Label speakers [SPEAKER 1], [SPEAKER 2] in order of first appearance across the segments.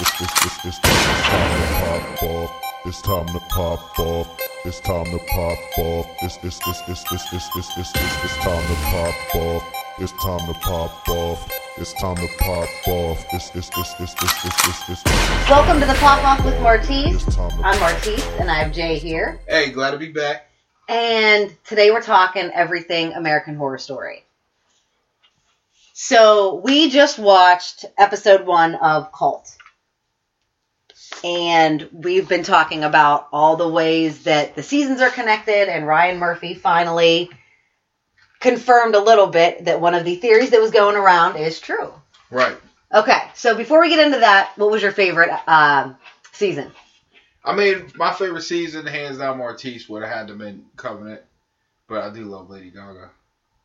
[SPEAKER 1] It's, it's, it's, it's time to pop off. It's time to pop off. It's time to pop off. It's it's it's it's it's it's it's it's it's, it's time to pop off. It's time to pop off. It's time to pop off. It's it's it's it's it's it's it's it's. it's-
[SPEAKER 2] Welcome to the Pop Off with Martise.
[SPEAKER 1] It's time to
[SPEAKER 2] I'm Martise, and I have Jay here.
[SPEAKER 3] Hey, glad to be back.
[SPEAKER 2] And today we're talking everything American Horror Story. So we just watched episode one of Cult. And we've been talking about all the ways that the seasons are connected, and Ryan Murphy finally confirmed a little bit that one of the theories that was going around is true.
[SPEAKER 3] Right.
[SPEAKER 2] Okay, so before we get into that, what was your favorite um, season?
[SPEAKER 3] I mean, my favorite season, hands down, Martise would have had to been Covenant, but I do love Lady Gaga.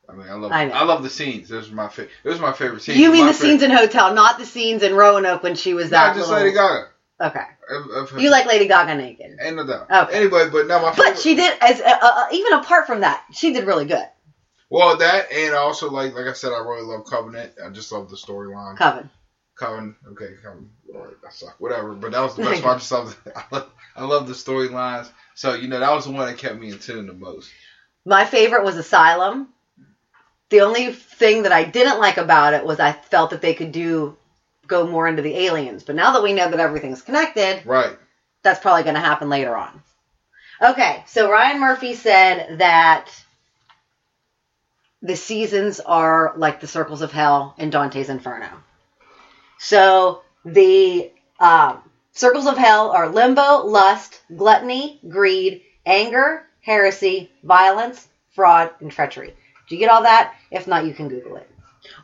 [SPEAKER 3] I mean, I love
[SPEAKER 2] I
[SPEAKER 3] I,
[SPEAKER 2] know.
[SPEAKER 3] love the scenes. Those were my fa- those were my favorite scenes.
[SPEAKER 2] You mean
[SPEAKER 3] My
[SPEAKER 2] the scenes in Hotel, not the scenes in Roanoke when she was
[SPEAKER 3] favorite- Nah,
[SPEAKER 2] that
[SPEAKER 3] just
[SPEAKER 2] little.
[SPEAKER 3] Lady Gaga.
[SPEAKER 2] Okay,
[SPEAKER 3] Of- of her.
[SPEAKER 2] you like Lady Gaga naked,
[SPEAKER 3] Ain't no doubt.
[SPEAKER 2] Okay.
[SPEAKER 3] Anyway, but no, my favorite.
[SPEAKER 2] but she did as uh, uh, even apart from that, she did really good.
[SPEAKER 3] well, that and I also like like I said, I really love Covenant. I just love the storyline.
[SPEAKER 2] Coven,
[SPEAKER 3] Coven, okay, Coven. All right, I suck. Whatever. But that was the best part. I just love I love, I love the storylines. So you know, that was the one that kept me in tune the most.
[SPEAKER 2] my favorite was Asylum. The only thing that I didn't like about it was I felt that they could do go more into the aliens, but now that we know that everything's connected,
[SPEAKER 3] Right.
[SPEAKER 2] that's probably going to happen later on. Okay, so Ryan Murphy said that the seasons are like the circles of hell in Dante's Inferno. So the um, circles of hell are limbo, lust, gluttony, greed, anger, heresy, violence, fraud, and treachery. Do you get all that? If not, you can Google it.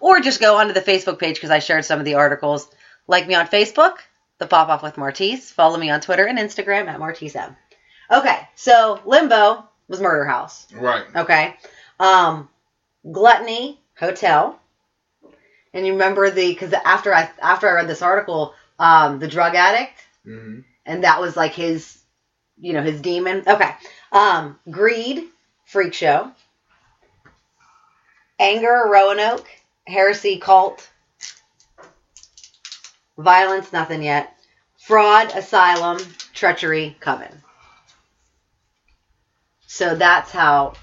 [SPEAKER 2] Or just go onto the Facebook page because I shared some of the articles. Like me on Facebook, The Pop Off with Martise. Follow me on Twitter and Instagram at MartiseM. Okay, so Limbo was Murder House.
[SPEAKER 3] Right.
[SPEAKER 2] Okay. Um, Gluttony Hotel. And you remember the because after I after I read this article, um, the drug addict,
[SPEAKER 3] hmm
[SPEAKER 2] and that was like his, you know, his demon. Okay. Um, greed, freak show. Anger, Roanoke, heresy, cult. Violence, nothing yet. Fraud, asylum, treachery, coven. So that's how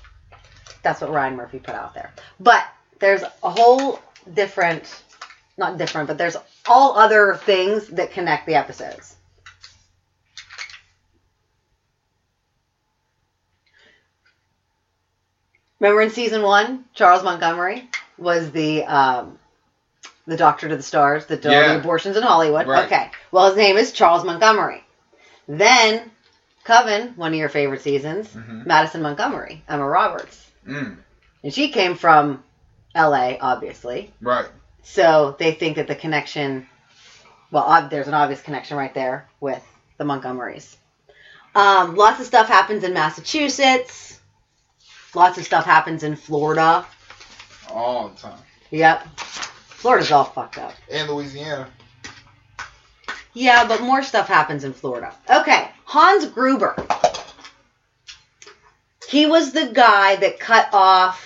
[SPEAKER 2] that's what Ryan Murphy put out there. But there's a whole different not different, but there's all other things that connect the episodes. Remember in season one, Charles Montgomery was the um, the doctor to the stars that did all
[SPEAKER 3] Yeah.
[SPEAKER 2] the abortions in Hollywood.
[SPEAKER 3] Right.
[SPEAKER 2] Okay. Well, his name is Charles Montgomery. Then Coven, one of your favorite seasons,
[SPEAKER 3] Mhm.
[SPEAKER 2] Madison Montgomery, Emma Roberts,
[SPEAKER 3] Mm,
[SPEAKER 2] and she came from L.A. Obviously,
[SPEAKER 3] right.
[SPEAKER 2] so they think that the connection. Well, ob- there's an obvious connection right there with the Montgomerys. Um, lots of stuff happens in Massachusetts. Lots of stuff happens in Florida.
[SPEAKER 3] All the time.
[SPEAKER 2] Yep. Florida's all fucked up.
[SPEAKER 3] And Louisiana.
[SPEAKER 2] Yeah, but more stuff happens in Florida. Okay, Hans Gruber. He was the guy that cut off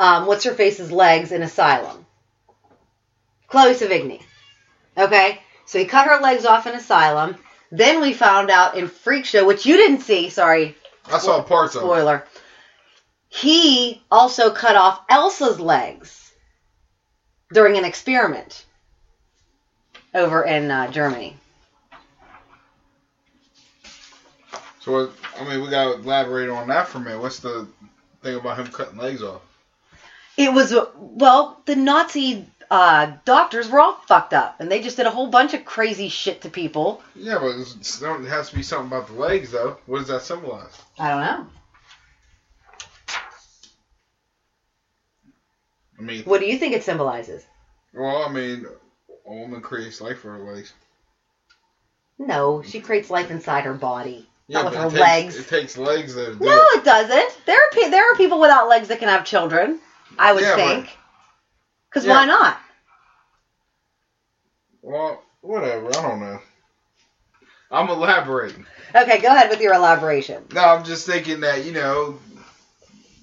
[SPEAKER 2] um, what's her face's legs in Asylum. Chloe Savigny. Okay, so he cut her legs off in Asylum. Then we found out in Freak Show, which you didn't see, sorry,
[SPEAKER 3] I saw parts of it.
[SPEAKER 2] spoiler. He also cut off Elsa's legs during an experiment over in uh, Germany.
[SPEAKER 3] So what- I mean, we gotta elaborate on that for a minute. What's the thing about him cutting legs off?
[SPEAKER 2] It was well, the Nazi uh, doctors were all fucked up, and they just did a whole bunch of crazy shit to people.
[SPEAKER 3] Yeah, but it's, it's- there has to be something about the legs though. What does that symbolize?
[SPEAKER 2] I don't know.
[SPEAKER 3] I mean,
[SPEAKER 2] What do you think it symbolizes?
[SPEAKER 3] well, I mean, a woman creates life for her legs.
[SPEAKER 2] No, she creates life inside her body,
[SPEAKER 3] Yeah,
[SPEAKER 2] not with
[SPEAKER 3] but
[SPEAKER 2] her
[SPEAKER 3] it takes,
[SPEAKER 2] legs.
[SPEAKER 3] It takes legs though. To do
[SPEAKER 2] no,
[SPEAKER 3] it.
[SPEAKER 2] it doesn't. There are pe- there are people without legs that can have children. I would
[SPEAKER 3] Yeah, but-
[SPEAKER 2] think. Because
[SPEAKER 3] Yeah.
[SPEAKER 2] why not?
[SPEAKER 3] Well, whatever. I don't know. I'm elaborating.
[SPEAKER 2] Okay, go ahead with your elaboration.
[SPEAKER 3] No, I'm just thinking that you know,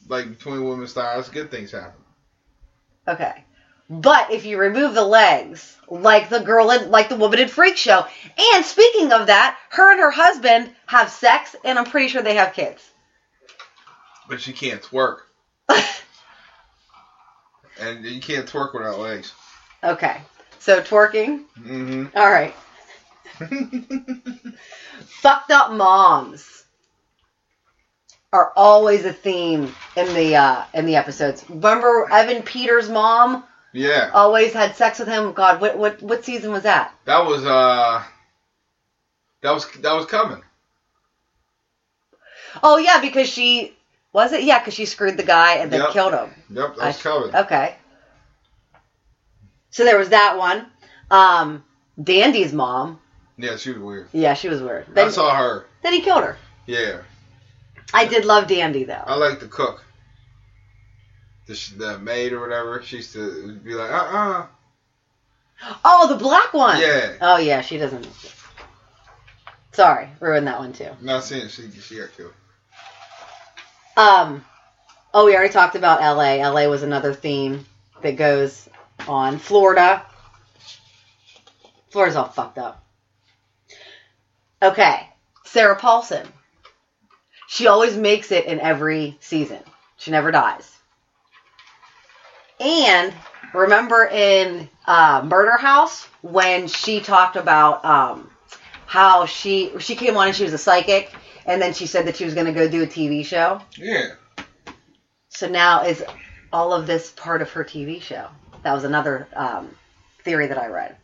[SPEAKER 3] like between women's thighs, good things happen.
[SPEAKER 2] Okay. But if you remove the legs, like the girl in, like the woman in Freak Show, and speaking of that, her and her husband have sex, and I'm pretty sure they have kids.
[SPEAKER 3] But she can't twerk, and you can't twerk without legs.
[SPEAKER 2] okay. So twerking.
[SPEAKER 3] Mm-hmm.
[SPEAKER 2] All right. Fucked up moms are always a theme in the uh, in the episodes. Remember Evan Peters' mom
[SPEAKER 3] Yeah.
[SPEAKER 2] always had sex with him. God, what what what season was that?
[SPEAKER 3] That was uh that was that was coming.
[SPEAKER 2] Oh yeah, because she was it. Yeah, because she screwed the guy and then
[SPEAKER 3] Yep.
[SPEAKER 2] killed him.
[SPEAKER 3] Yep, that was
[SPEAKER 2] I- uh,
[SPEAKER 3] coming.
[SPEAKER 2] Okay. So there was that one. Um, Dandy's mom.
[SPEAKER 3] Yeah, she was weird.
[SPEAKER 2] Yeah, she was weird. Then,
[SPEAKER 3] I saw her.
[SPEAKER 2] then he killed her.
[SPEAKER 3] Yeah,
[SPEAKER 2] I did love Dandy though.
[SPEAKER 3] I like the cook, the, sh- the maid or whatever. She used to be like, uh uh
[SPEAKER 2] Oh, the black one.
[SPEAKER 3] Yeah.
[SPEAKER 2] Oh yeah, she doesn't. Sorry, ruined that one too.
[SPEAKER 3] Not seeing she she got killed.
[SPEAKER 2] Um, oh, we already talked about L.A. L.A. was another theme that goes on. Florida. Florida's all fucked up. Okay, Sarah Paulson. She always makes it in every season. She never dies. And remember in uh, Murder House when she talked about um, how she she came on and she was a psychic, and then she said that she was going to go do a TV show.
[SPEAKER 3] Yeah,
[SPEAKER 2] So now is all of this part of her TV show? That was another um, theory that I read.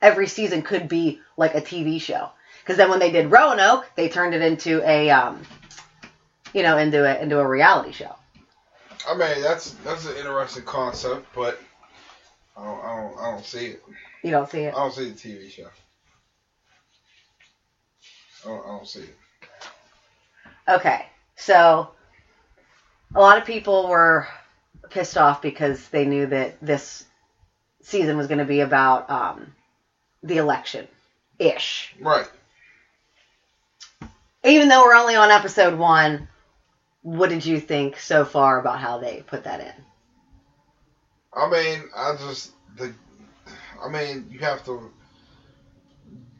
[SPEAKER 2] Every season could be like a TV show. Because then when they did Roanoke, they turned it into a, um, you know, into a into a reality show.
[SPEAKER 3] I mean that's that's an interesting concept, but I don't I don't, I don't see it.
[SPEAKER 2] You don't see
[SPEAKER 3] I
[SPEAKER 2] it.
[SPEAKER 3] don't see the TV show. I don't, I don't see it.
[SPEAKER 2] Okay, so a lot of people were pissed off because they knew that this season was going to be about um, the election ish.
[SPEAKER 3] Right.
[SPEAKER 2] even though we're only on episode one, what did you think so far about how they put that in?
[SPEAKER 3] I mean, I just the. I mean, you have to.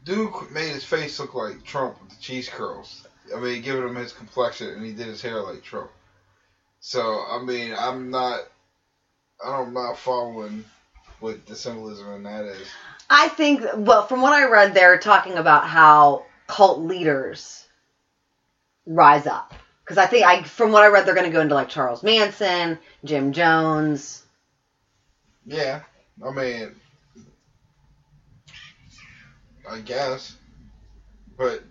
[SPEAKER 3] Duke made his face look like Trump with the cheese curls. I mean, giving him his complexion, and he did his hair like Trump. So I mean, I'm not. I don't, I'm not following what the symbolism in that is.
[SPEAKER 2] I think, well, from what I read, they're talking about how cult leaders rise up. Because I think, I from what I read, they're going to go into like Charles Manson, Jim Jones.
[SPEAKER 3] Yeah, I mean, I guess, but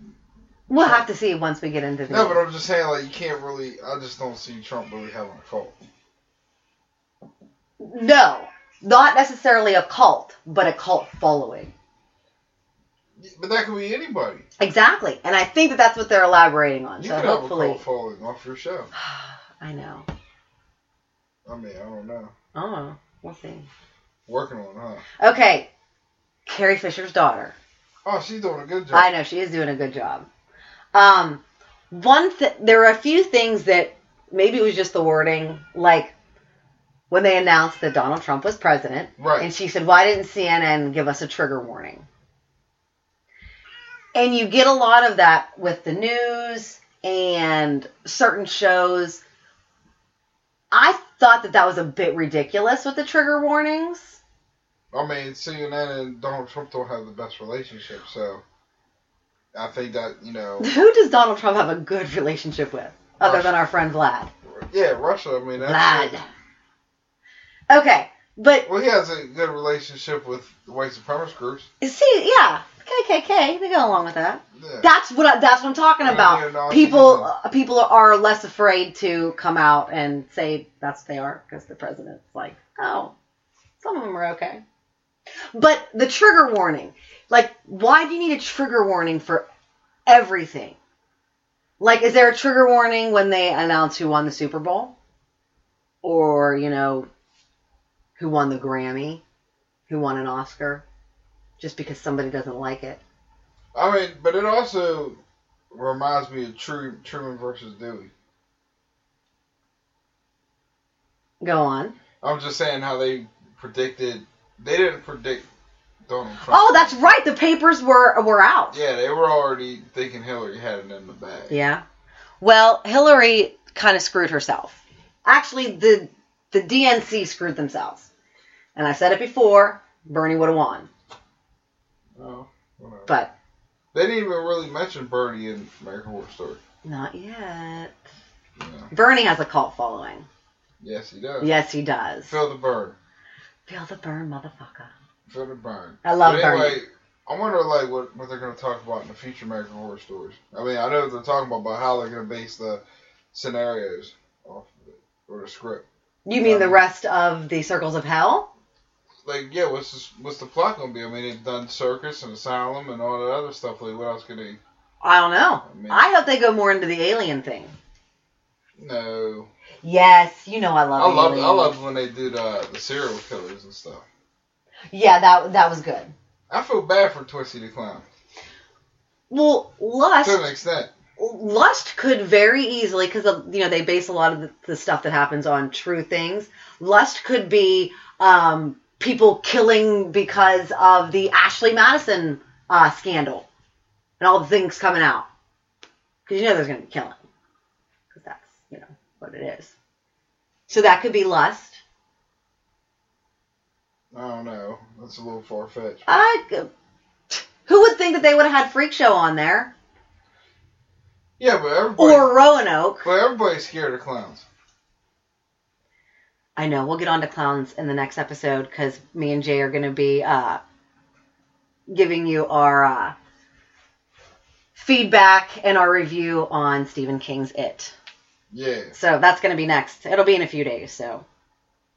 [SPEAKER 2] We'll have to see once we get into the.
[SPEAKER 3] no. But I'm just saying, like, you can't really. I just don't see Trump really having a cult.
[SPEAKER 2] no, not necessarily a cult, but a cult following.
[SPEAKER 3] But that could be anybody.
[SPEAKER 2] Exactly, and I think that that's what they're elaborating on.
[SPEAKER 3] You
[SPEAKER 2] so
[SPEAKER 3] could
[SPEAKER 2] hopefully,
[SPEAKER 3] have a cult following off your show.
[SPEAKER 2] I know.
[SPEAKER 3] I mean, I don't know.
[SPEAKER 2] Oh, we'll see.
[SPEAKER 3] Working on it, huh?
[SPEAKER 2] Okay. Carrie Fisher's daughter.
[SPEAKER 3] Oh, she's doing a good job.
[SPEAKER 2] I know she is doing a good job. Um, one th- there were a few things that maybe it was just the wording, like when they announced that Donald Trump was president,
[SPEAKER 3] Right.
[SPEAKER 2] and she said, "Why didn't CNN give us a trigger warning?" And you get a lot of that with the news and certain shows. I thought that that was a bit ridiculous with the trigger warnings.
[SPEAKER 3] I mean, CNN and Donald Trump don't have the best relationship, so I think that you know,
[SPEAKER 2] Who does Donald Trump have a good relationship with other than our friend Vlad?
[SPEAKER 3] yeah, Russia. I mean, that's
[SPEAKER 2] Vlad. Okay, but
[SPEAKER 3] well, he has a good relationship with the white supremacist groups.
[SPEAKER 2] see, yeah, KKK, they go along with that.
[SPEAKER 3] Yeah.
[SPEAKER 2] That's what I, that's what I'm talking
[SPEAKER 3] Yeah, yeah, no, I
[SPEAKER 2] about.
[SPEAKER 3] see
[SPEAKER 2] People
[SPEAKER 3] that.
[SPEAKER 2] uh, people are less afraid to come out and say that's they are because the president's like, oh, some of them are okay. But the trigger warning, like, why do you need a trigger warning for everything? Like, is there a trigger warning when they announce who won the Super Bowl, or you know, who won the Grammy, who won an Oscar, just because somebody doesn't like it?
[SPEAKER 3] I mean, but it also reminds me of True, Truman versus Dewey.
[SPEAKER 2] Go on.
[SPEAKER 3] I'm just saying how they predicted. They didn't predict Donald Trump.
[SPEAKER 2] Oh, that's right. The papers were were out.
[SPEAKER 3] Yeah, they were already thinking Hillary had it in the bag.
[SPEAKER 2] Yeah. Well, Hillary kind of screwed herself. Actually, the the DNC screwed themselves. And I said it before, Bernie would have won.
[SPEAKER 3] Oh, whatever.
[SPEAKER 2] But
[SPEAKER 3] They didn't even really mention Bernie in American Horror Story.
[SPEAKER 2] not yet.
[SPEAKER 3] Yeah.
[SPEAKER 2] Bernie has a cult following.
[SPEAKER 3] Yes, he does.
[SPEAKER 2] Yes, he does.
[SPEAKER 3] Feel the burn.
[SPEAKER 2] Feel the burn, motherfucker.
[SPEAKER 3] Feel the burn.
[SPEAKER 2] I love
[SPEAKER 3] But
[SPEAKER 2] Bernie.
[SPEAKER 3] anyway, I wonder like what, what they're gonna talk about in the future American Horror Stories. I mean, I know what they're talking about, but how they're gonna base the scenarios off of it or the script.
[SPEAKER 2] You mean
[SPEAKER 3] Yeah.
[SPEAKER 2] the rest of the circles of hell?
[SPEAKER 3] Like, yeah, what's this, what's the plot gonna be? I mean, they've done Circus and Asylum and all that other stuff. Like, what else could they?
[SPEAKER 2] I don't know.
[SPEAKER 3] I mean-
[SPEAKER 2] I hope they go more into the alien thing.
[SPEAKER 3] No,
[SPEAKER 2] Yes, you know I love.
[SPEAKER 3] I love
[SPEAKER 2] aliens.
[SPEAKER 3] I love when they do the the serial killers and stuff.
[SPEAKER 2] Yeah, that that was good.
[SPEAKER 3] I feel bad for Twisty the Clown
[SPEAKER 2] Well, lust.
[SPEAKER 3] to an extent.
[SPEAKER 2] lust could very easily because you know they base a lot of the, the stuff that happens on true things lust could be um, people killing because of the ashley madison uh, scandal and all the things coming out because you know there's going to be killing because that's you know what it is so that could be lust
[SPEAKER 3] I don't know. That's a little far fetched.
[SPEAKER 2] I, who would think that they would have had freak show on there
[SPEAKER 3] Yeah, but everybody.
[SPEAKER 2] or roanoke
[SPEAKER 3] But everybody's scared of clowns.
[SPEAKER 2] I know. We'll get on to clowns in the next episode because me and Jay are going to be uh, giving you our uh, feedback and our review on Stephen King's It.
[SPEAKER 3] Yeah.
[SPEAKER 2] So that's going to be next. It'll be in a few days. So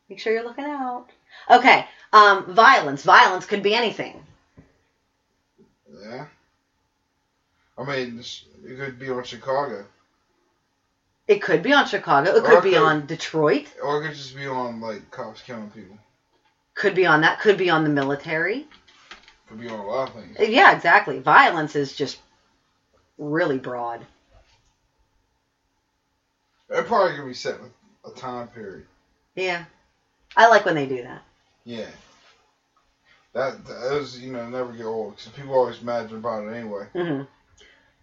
[SPEAKER 2] make sure you're looking out. Okay. Um, violence. Violence could be anything.
[SPEAKER 3] Yeah. I mean, this- it could be on Chicago,
[SPEAKER 2] It could be on Chicago. It
[SPEAKER 3] Or
[SPEAKER 2] could
[SPEAKER 3] it
[SPEAKER 2] be
[SPEAKER 3] could-
[SPEAKER 2] on Detroit.
[SPEAKER 3] or it could just be on like cops killing people.
[SPEAKER 2] Could be on that. Could be on the military.
[SPEAKER 3] It could be on a lot of things.
[SPEAKER 2] Yeah, exactly. Violence is just really broad.
[SPEAKER 3] They're probably gonna be setting a time period.
[SPEAKER 2] Yeah. I like when they do that.
[SPEAKER 3] Yeah. That those you know never get old because people always imagine about it anyway.
[SPEAKER 2] hmm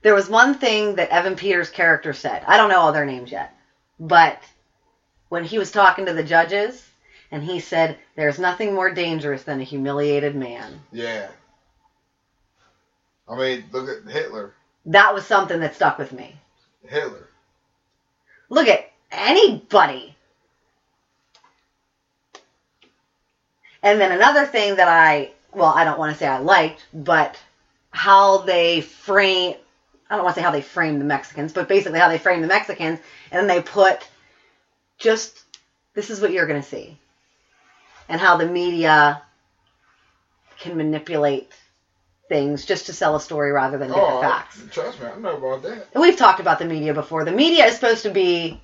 [SPEAKER 2] There was one thing that Evan Peters' character said. I don't know all their names yet, but when he was talking to the judges, and he said, "There's nothing more dangerous than a humiliated man."
[SPEAKER 3] Yeah. I mean, look at Hitler.
[SPEAKER 2] That was something that stuck with me.
[SPEAKER 3] Hitler.
[SPEAKER 2] Look at anybody. And then another thing that I, well, I don't want to say I liked, but how they frame, I don't want to say how they frame the Mexicans, but basically how they frame the Mexicans, and they put just, this is what you're going to see. And how the media can manipulate things just to sell a story rather than get
[SPEAKER 3] Oh,
[SPEAKER 2] the
[SPEAKER 3] I,
[SPEAKER 2] facts.
[SPEAKER 3] trust me, I know about that.
[SPEAKER 2] And we've talked about the media before. The media is supposed to be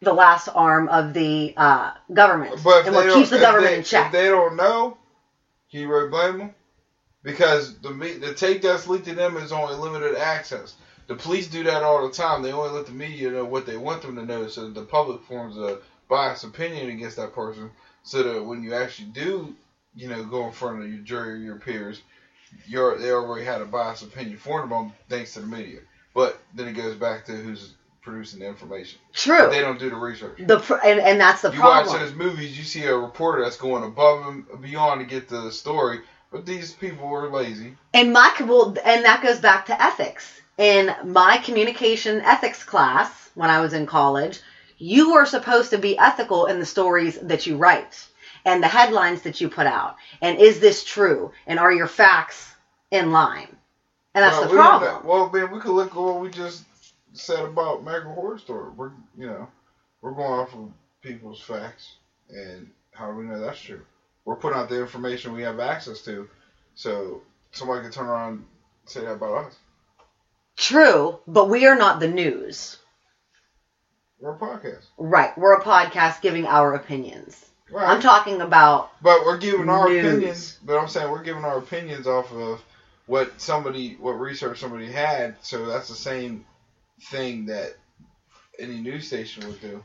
[SPEAKER 2] the last arm of the uh, government
[SPEAKER 3] But if
[SPEAKER 2] and
[SPEAKER 3] they
[SPEAKER 2] what
[SPEAKER 3] don't-
[SPEAKER 2] keeps the
[SPEAKER 3] if
[SPEAKER 2] government
[SPEAKER 3] they,
[SPEAKER 2] in check.
[SPEAKER 3] If they don't know, can you really blame them? Because the me- the tape that's leaked to them is only limited access. The police do that all the time. They only let the media know what they want them to know, so that the public forms a biased opinion against that person. So that when you actually do, you know, go in front of your jury or your peers, you're, they already had a biased opinion formed on thanks to the media. But then it goes back to who's producing the information.
[SPEAKER 2] True.
[SPEAKER 3] They don't do the research.
[SPEAKER 2] The pr- and, and that's the
[SPEAKER 3] you
[SPEAKER 2] problem.
[SPEAKER 3] watch those movies, you see a reporter that's going above and beyond to get the story, but these people are lazy.
[SPEAKER 2] And my well, and that goes back to ethics. In my communication ethics class, when I was in college, you were supposed to be ethical in the stories that you write and the headlines that you put out. And is this true? And are your facts in line? And that's
[SPEAKER 3] Well,
[SPEAKER 2] the
[SPEAKER 3] we don't
[SPEAKER 2] problem.
[SPEAKER 3] know- well, man, we could look at what we just said about American Horror Story. We're, you know, we're going off of people's facts, and how do we know that's true? We're putting out the information we have access to, so somebody could turn around and say that about us.
[SPEAKER 2] True, but we are not the news.
[SPEAKER 3] We're a podcast.
[SPEAKER 2] Right. We're a podcast giving our opinions.
[SPEAKER 3] Right.
[SPEAKER 2] I'm talking about
[SPEAKER 3] But we're giving our
[SPEAKER 2] News.
[SPEAKER 3] opinions. But I'm saying we're giving our opinions off of what somebody, what research somebody had. So that's the same thing that any news station would do.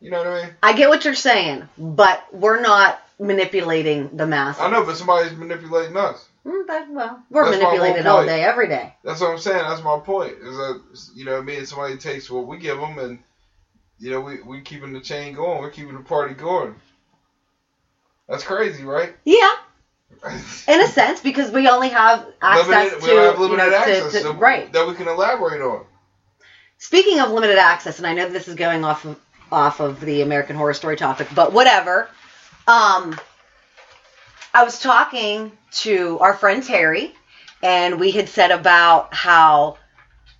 [SPEAKER 3] You know what I mean?
[SPEAKER 2] I get what you're saying, but we're not manipulating the masses.
[SPEAKER 3] I know, but somebody's manipulating us.
[SPEAKER 2] Mm, that, well, we're
[SPEAKER 3] That's my whole
[SPEAKER 2] manipulated all
[SPEAKER 3] point.
[SPEAKER 2] day, every day.
[SPEAKER 3] That's what I'm saying. That's my point. Is that you know, me and somebody takes what we give them, and you know, we we keeping the chain going. We're keeping the party going. That's crazy, right?
[SPEAKER 2] Yeah, in a sense, because we only have access
[SPEAKER 3] Limited-
[SPEAKER 2] to,
[SPEAKER 3] we don't have
[SPEAKER 2] you
[SPEAKER 3] limited
[SPEAKER 2] know, to-
[SPEAKER 3] access
[SPEAKER 2] to-
[SPEAKER 3] so
[SPEAKER 2] right.
[SPEAKER 3] that we can elaborate on.
[SPEAKER 2] Speaking of limited access, and I know this is going off of, off of the American Horror Story topic, but whatever. Um, I was talking to our friend Terry, and we had said about how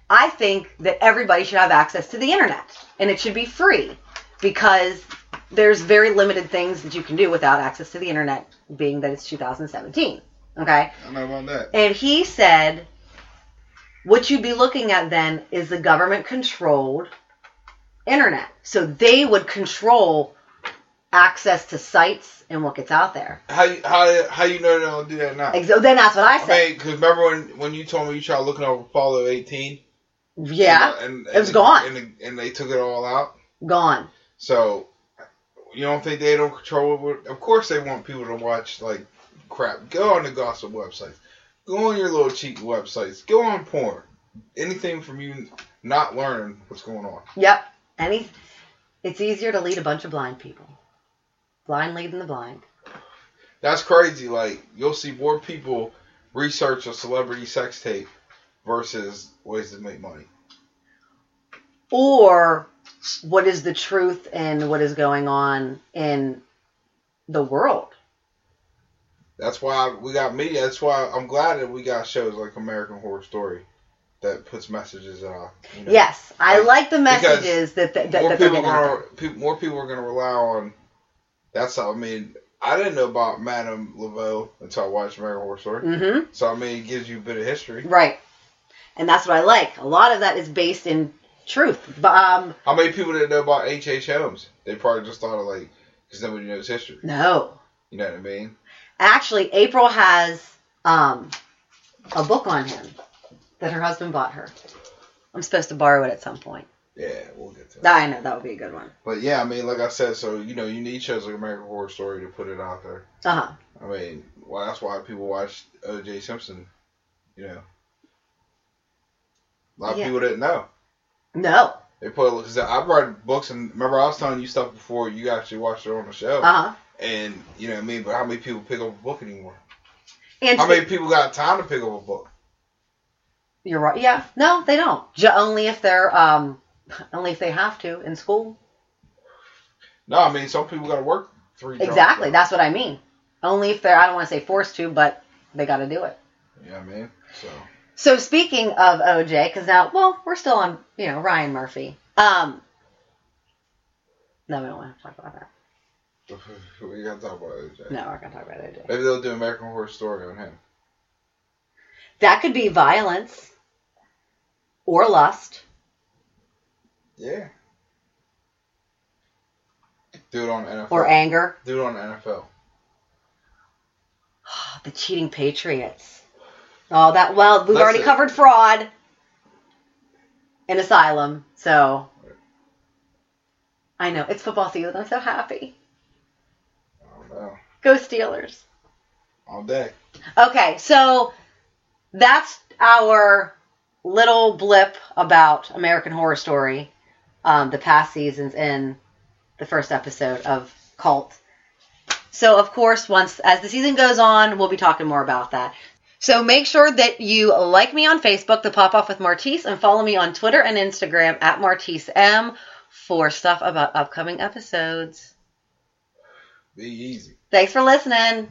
[SPEAKER 2] I think that everybody should have access to the internet, and it should be free because there's very limited things that you can do without access to the internet, being that it's 2017. Okay.
[SPEAKER 3] I know about that.
[SPEAKER 2] And he said, what you'd be looking at then is the government controlled internet. So they would control access to sites and what gets out there.
[SPEAKER 3] How you how how you know they don't do that now?
[SPEAKER 2] Ex- oh, Then that's what I
[SPEAKER 3] I
[SPEAKER 2] said.
[SPEAKER 3] mean, cause remember when when you told me you tried looking up Apollo eighteen?
[SPEAKER 2] yeah,
[SPEAKER 3] and,
[SPEAKER 2] it was
[SPEAKER 3] they-
[SPEAKER 2] gone.
[SPEAKER 3] And, they- and they took it all out.
[SPEAKER 2] gone.
[SPEAKER 3] So you don't think they don't control it? With- Of course they want people to watch like crap. Go on the gossip websites. Go on your little cheap websites. Go on porn. Anything from you not learning what's going on.
[SPEAKER 2] Yep. Any. It's easier to lead a bunch of blind people. Blind leading the blind.
[SPEAKER 3] That's crazy. Like you'll see more people research a celebrity sex tape versus ways to make money.
[SPEAKER 2] Or what is the truth and what is going on in the world?
[SPEAKER 3] That's why we got media. That's why I'm glad that we got shows like American Horror Story that puts messages out. you know.
[SPEAKER 2] Yes, I
[SPEAKER 3] Like,
[SPEAKER 2] like the
[SPEAKER 3] because
[SPEAKER 2] messages that that, that,
[SPEAKER 3] more
[SPEAKER 2] that they're
[SPEAKER 3] people are
[SPEAKER 2] getting out
[SPEAKER 3] gonna peop more people are gonna rely on. That's how I mean. I didn't know about Madame Laveau until I watched American Horror Story.
[SPEAKER 2] there.
[SPEAKER 3] So I mean, it gives you a bit of history.
[SPEAKER 2] hmm Mm-hmm. Right, and that's what I like. A lot of that is based in truth. But um,
[SPEAKER 3] How many people didn't know about H. H. Holmes? They probably just thought of like because nobody knows history.
[SPEAKER 2] no,
[SPEAKER 3] You know what I mean?
[SPEAKER 2] actually, April has um a book on him that her husband bought her. I'm supposed to borrow it at some point. Ah,
[SPEAKER 3] Yeah, we'll get to that.
[SPEAKER 2] I know that would be a good one.
[SPEAKER 3] But yeah, I mean, like I said, so you know, you need shows like American Horror Story to put it out there.
[SPEAKER 2] Uh huh.
[SPEAKER 3] I mean, well, that's why people watch O.J. Simpson. You know, a lot of
[SPEAKER 2] Yeah.
[SPEAKER 3] people didn't know.
[SPEAKER 2] No.
[SPEAKER 3] They put because I've read books and remember I was telling you stuff before you actually watched it on the show,
[SPEAKER 2] Uh huh.
[SPEAKER 3] and you know what I mean. But how many people pick up a book anymore?
[SPEAKER 2] And
[SPEAKER 3] How
[SPEAKER 2] see-
[SPEAKER 3] many people got time to pick up a book?
[SPEAKER 2] you're right. Yeah. No, they don't. J- only if they're um, only if they have to in school.
[SPEAKER 3] No, I mean some people got to work three. jobs.
[SPEAKER 2] Exactly. That's what I mean. Only if they're, I don't want to say forced to, but they got to do it.
[SPEAKER 3] yeah, you know what I mean. So
[SPEAKER 2] So speaking of OJ, because now, well, we're still on, you know, Ryan Murphy. Um, no, we don't want to talk about that.
[SPEAKER 3] we got to talk about O.J.
[SPEAKER 2] No, we're going to talk about OJ.
[SPEAKER 3] Maybe they'll do American Horror Story on him.
[SPEAKER 2] That could be violence or lust.
[SPEAKER 3] Yeah. Do it on NFL.
[SPEAKER 2] Or anger.
[SPEAKER 3] do it on NFL.
[SPEAKER 2] Oh, the cheating Patriots. Oh, that, well, we've
[SPEAKER 3] That's
[SPEAKER 2] already
[SPEAKER 3] it.
[SPEAKER 2] covered fraud and asylum. So I know it's football season. I'm so happy.
[SPEAKER 3] I don't know.
[SPEAKER 2] Go Steelers.
[SPEAKER 3] All day.
[SPEAKER 2] Okay, so that's our little blip about American Horror Story, um, the past seasons in the first episode of Cult. So, of course, once as the season goes on, we'll be talking more about that. So, make sure that you like me on Facebook, The Pop Off with Martise, and follow me on Twitter and Instagram at MartiseM for stuff about upcoming episodes.
[SPEAKER 3] Be easy.
[SPEAKER 2] Thanks for listening.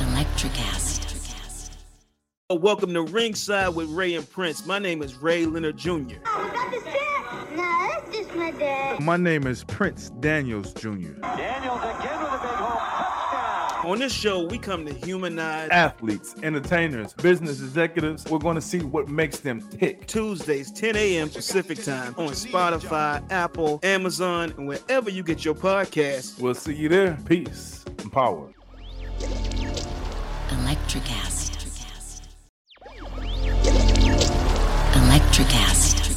[SPEAKER 4] Electric acid.
[SPEAKER 5] Welcome to Ringside with Ray and Prince. My name is Ray Leonard Jr.
[SPEAKER 6] Oh, Is that his dad? No, that's just my dad.
[SPEAKER 7] My name is Prince Daniels Jr.
[SPEAKER 8] Daniels again with a big hole. Touchdown.
[SPEAKER 5] On this show, we come to humanize
[SPEAKER 7] Athletes, entertainers, business executives, we're going to see what makes them tick.
[SPEAKER 5] Tuesdays, 10 a.m. Pacific time on Spotify, Apple, Amazon, and wherever you get your podcasts.
[SPEAKER 7] We'll see you there. Peace and power.
[SPEAKER 4] Electric acid. Electric acid.